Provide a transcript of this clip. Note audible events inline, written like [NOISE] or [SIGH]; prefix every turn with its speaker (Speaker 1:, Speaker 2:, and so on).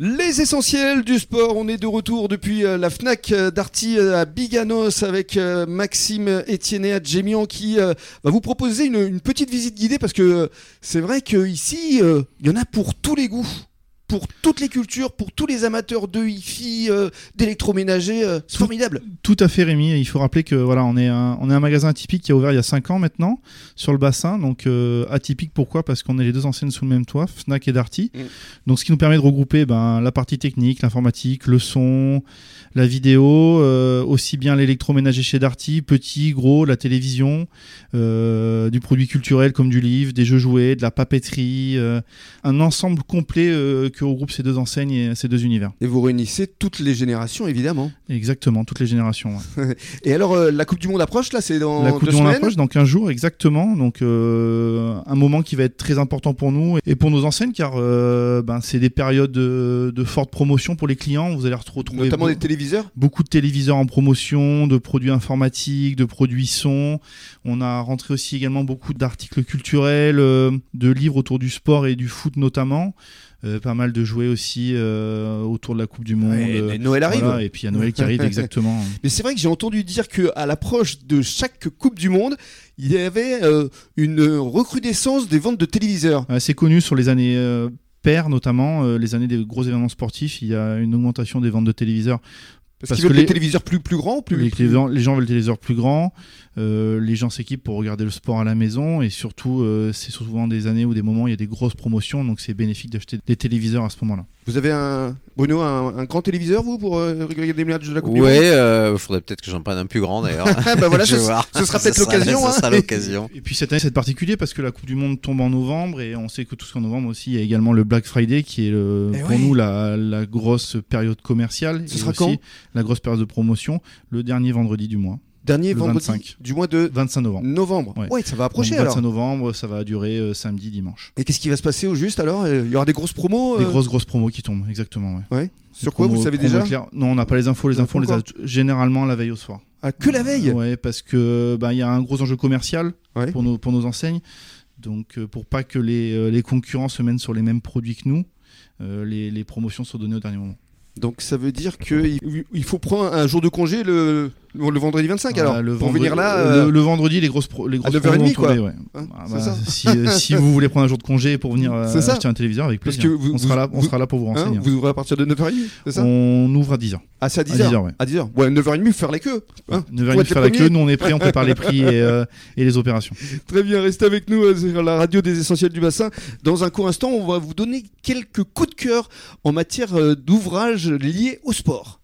Speaker 1: Les essentiels du sport, on est de retour depuis euh, la FNAC euh, d'Arty euh, à Biganos avec euh, Maxime Etienne Adjemian qui euh, va vous proposer une, une petite visite guidée parce que euh, c'est vrai qu'ici, il y en a pour tous les goûts, pour toutes les cultures, pour tous les amateurs de hi-fi, euh, d'électroménager, euh, c'est
Speaker 2: Tout-
Speaker 1: formidable.
Speaker 2: Tout à fait, Rémi. Il faut rappeler que voilà, on est un, on est un magasin atypique qui a ouvert il y a 5 ans maintenant sur le bassin. Donc euh, atypique pourquoi Parce qu'on est les deux enseignes sous le même toit, Fnac et Darty.
Speaker 1: Mm.
Speaker 2: Donc ce qui nous permet de regrouper ben, la partie technique, l'informatique, le son, la vidéo, euh, aussi bien l'électroménager chez Darty, petit, gros, la télévision, euh, du produit culturel comme du livre, des jeux jouets, de la papeterie, euh, un ensemble complet euh, que regroupent ces deux enseignes et ces deux univers.
Speaker 1: Et vous réunissez toutes les générations évidemment.
Speaker 2: Exactement, toutes les générations. ouais.
Speaker 1: Et alors, euh, la Coupe du Monde approche là, c'est dans
Speaker 2: La
Speaker 1: deux
Speaker 2: Coupe du Monde
Speaker 1: semaines
Speaker 2: approche dans 15 jours exactement, donc euh, un moment qui va être très important pour nous et pour nos enseignes car euh, ben, c'est des périodes de, de forte promotion pour les clients. Vous allez retrouver
Speaker 1: notamment
Speaker 2: be-
Speaker 1: des téléviseurs.
Speaker 2: beaucoup de téléviseurs en promotion, de produits informatiques, de produits son. On a rentré aussi également beaucoup d'articles culturels, euh, de livres autour du sport et du foot notamment. Euh, pas mal de jouets aussi euh, autour de la Coupe du Monde.
Speaker 1: Et-
Speaker 2: Euh,
Speaker 1: et Noël arrive.
Speaker 2: voilà, et puis à Noël
Speaker 1: [LAUGHS]
Speaker 2: qui arrive exactement.
Speaker 1: Mais c'est vrai que j'ai entendu dire que à l'approche de chaque Coupe du Monde, il y avait euh, une recrudescence des ventes de téléviseurs.
Speaker 2: Euh, C'est connu sur les années euh, paires, notamment euh, les années des gros événements sportifs. Il y a une augmentation des ventes de téléviseurs.
Speaker 1: Parce,
Speaker 2: Parce
Speaker 1: qu'ils veulent
Speaker 2: que
Speaker 1: des
Speaker 2: les-
Speaker 1: téléviseurs plus, plus grands, plus,
Speaker 2: Les,
Speaker 1: plus-
Speaker 2: les gens- les gens veulent des téléviseurs plus grands. euh, les gens s'équipent pour regarder le sport à la maison. Et surtout, euh, c'est souvent des années ou des moments où il y a des grosses promotions. Donc c'est bénéfique d'acheter des téléviseurs à ce moment-là.
Speaker 1: Vous avez un Bruno un, un grand téléviseur vous pour euh, regarder les matchs de la Coupe du Monde
Speaker 3: Ouais, euh, faudrait peut-être que j'en prenne un plus grand d'ailleurs.
Speaker 1: Ah bah [LAUGHS]
Speaker 2: [LAUGHS]
Speaker 1: voilà,
Speaker 3: [LAUGHS] Je
Speaker 1: ce,
Speaker 3: vais voir.
Speaker 1: ce sera
Speaker 3: Ça
Speaker 1: peut-être l'occasion.
Speaker 3: Ça
Speaker 1: hein.
Speaker 3: sera l'occasion.
Speaker 2: Et puis cette année, c'est particulier parce que la Coupe du Monde tombe en novembre. Et on sait que tout ce qu'en novembre aussi, il y a également le Black Friday qui est le-
Speaker 1: Eh
Speaker 2: pour
Speaker 1: ouais.
Speaker 2: nous la, la grosse période commerciale.
Speaker 1: Ce
Speaker 2: et
Speaker 1: sera
Speaker 2: aussi
Speaker 1: quand
Speaker 2: La grosse période de promotion, le dernier vendredi du mois,
Speaker 1: Dernier
Speaker 2: Le
Speaker 1: vendredi
Speaker 2: 25.
Speaker 1: du mois de
Speaker 2: 25 novembre.
Speaker 1: novembre. Ouais,
Speaker 2: Ouais.
Speaker 1: ça va approcher
Speaker 2: Donc, 25
Speaker 1: alors.
Speaker 2: novembre, ça va durer euh, samedi, dimanche.
Speaker 1: Et qu'est-ce qui va se passer au juste alors Euh, Il y aura des grosses promos
Speaker 2: Des
Speaker 1: euh,
Speaker 2: grosses grosses promos qui tombent, exactement. ouais.
Speaker 1: Sur
Speaker 2: Des
Speaker 1: quoi vous
Speaker 2: promos-
Speaker 1: savez
Speaker 2: promos
Speaker 1: déjà
Speaker 2: claires. Non, on n'a pas les infos. Les
Speaker 1: Euh,
Speaker 2: infos, on les a t- généralement la veille au soir.
Speaker 1: Ah, Que la veille
Speaker 2: Ouais, parce que bah, il y a un gros enjeu commercial
Speaker 1: Ouais.
Speaker 2: pour nos pour nos enseignes. Donc euh, pour pas que les, euh, les concurrents se mènent sur les mêmes produits que nous, euh, les, les promotions sont données au dernier moment.
Speaker 1: Donc ça veut dire qu'il il faut prendre un jour de congé le, le vendredi 25 alors
Speaker 2: Voilà, le
Speaker 1: pour
Speaker 2: vendredi-
Speaker 1: venir là.
Speaker 2: le-
Speaker 1: euh,
Speaker 2: le, vendredi, les grosses pro- les grosses
Speaker 1: 9h30,
Speaker 2: promos vont tomber, ouais.
Speaker 1: hein,
Speaker 2: Ah,
Speaker 1: c'est
Speaker 2: bah,
Speaker 1: ça
Speaker 2: si, euh, si vous voulez prendre un jour de congé pour venir euh,
Speaker 1: [LAUGHS] C'est ça.
Speaker 2: acheter un téléviseur avec
Speaker 1: Parce
Speaker 2: plaisir,
Speaker 1: que vous-
Speaker 2: on sera
Speaker 1: vous-
Speaker 2: là on
Speaker 1: vous-
Speaker 2: sera là pour vous
Speaker 1: Hein,
Speaker 2: renseigner.
Speaker 1: vous ouvrez à partir de 9h30, c'est ça
Speaker 2: on ouvre à 10h.
Speaker 1: Ah, c'est à 10h.
Speaker 2: à 10h, ouais.
Speaker 1: À 10h. Ouais, 9h30, faire les queues. hein.
Speaker 2: Ne
Speaker 1: Faut
Speaker 2: venez
Speaker 1: être
Speaker 2: faire
Speaker 1: les
Speaker 2: la queue, nous on est prêts, on prépare les prix et, euh, et
Speaker 1: [LAUGHS]
Speaker 2: les opérations.
Speaker 1: Très bien, restez avec nous euh, sur la radio des essentiels du bassin. Dans un court instant, on va vous donner quelques coups de cœur en matière euh, d'ouvrages liés au sport.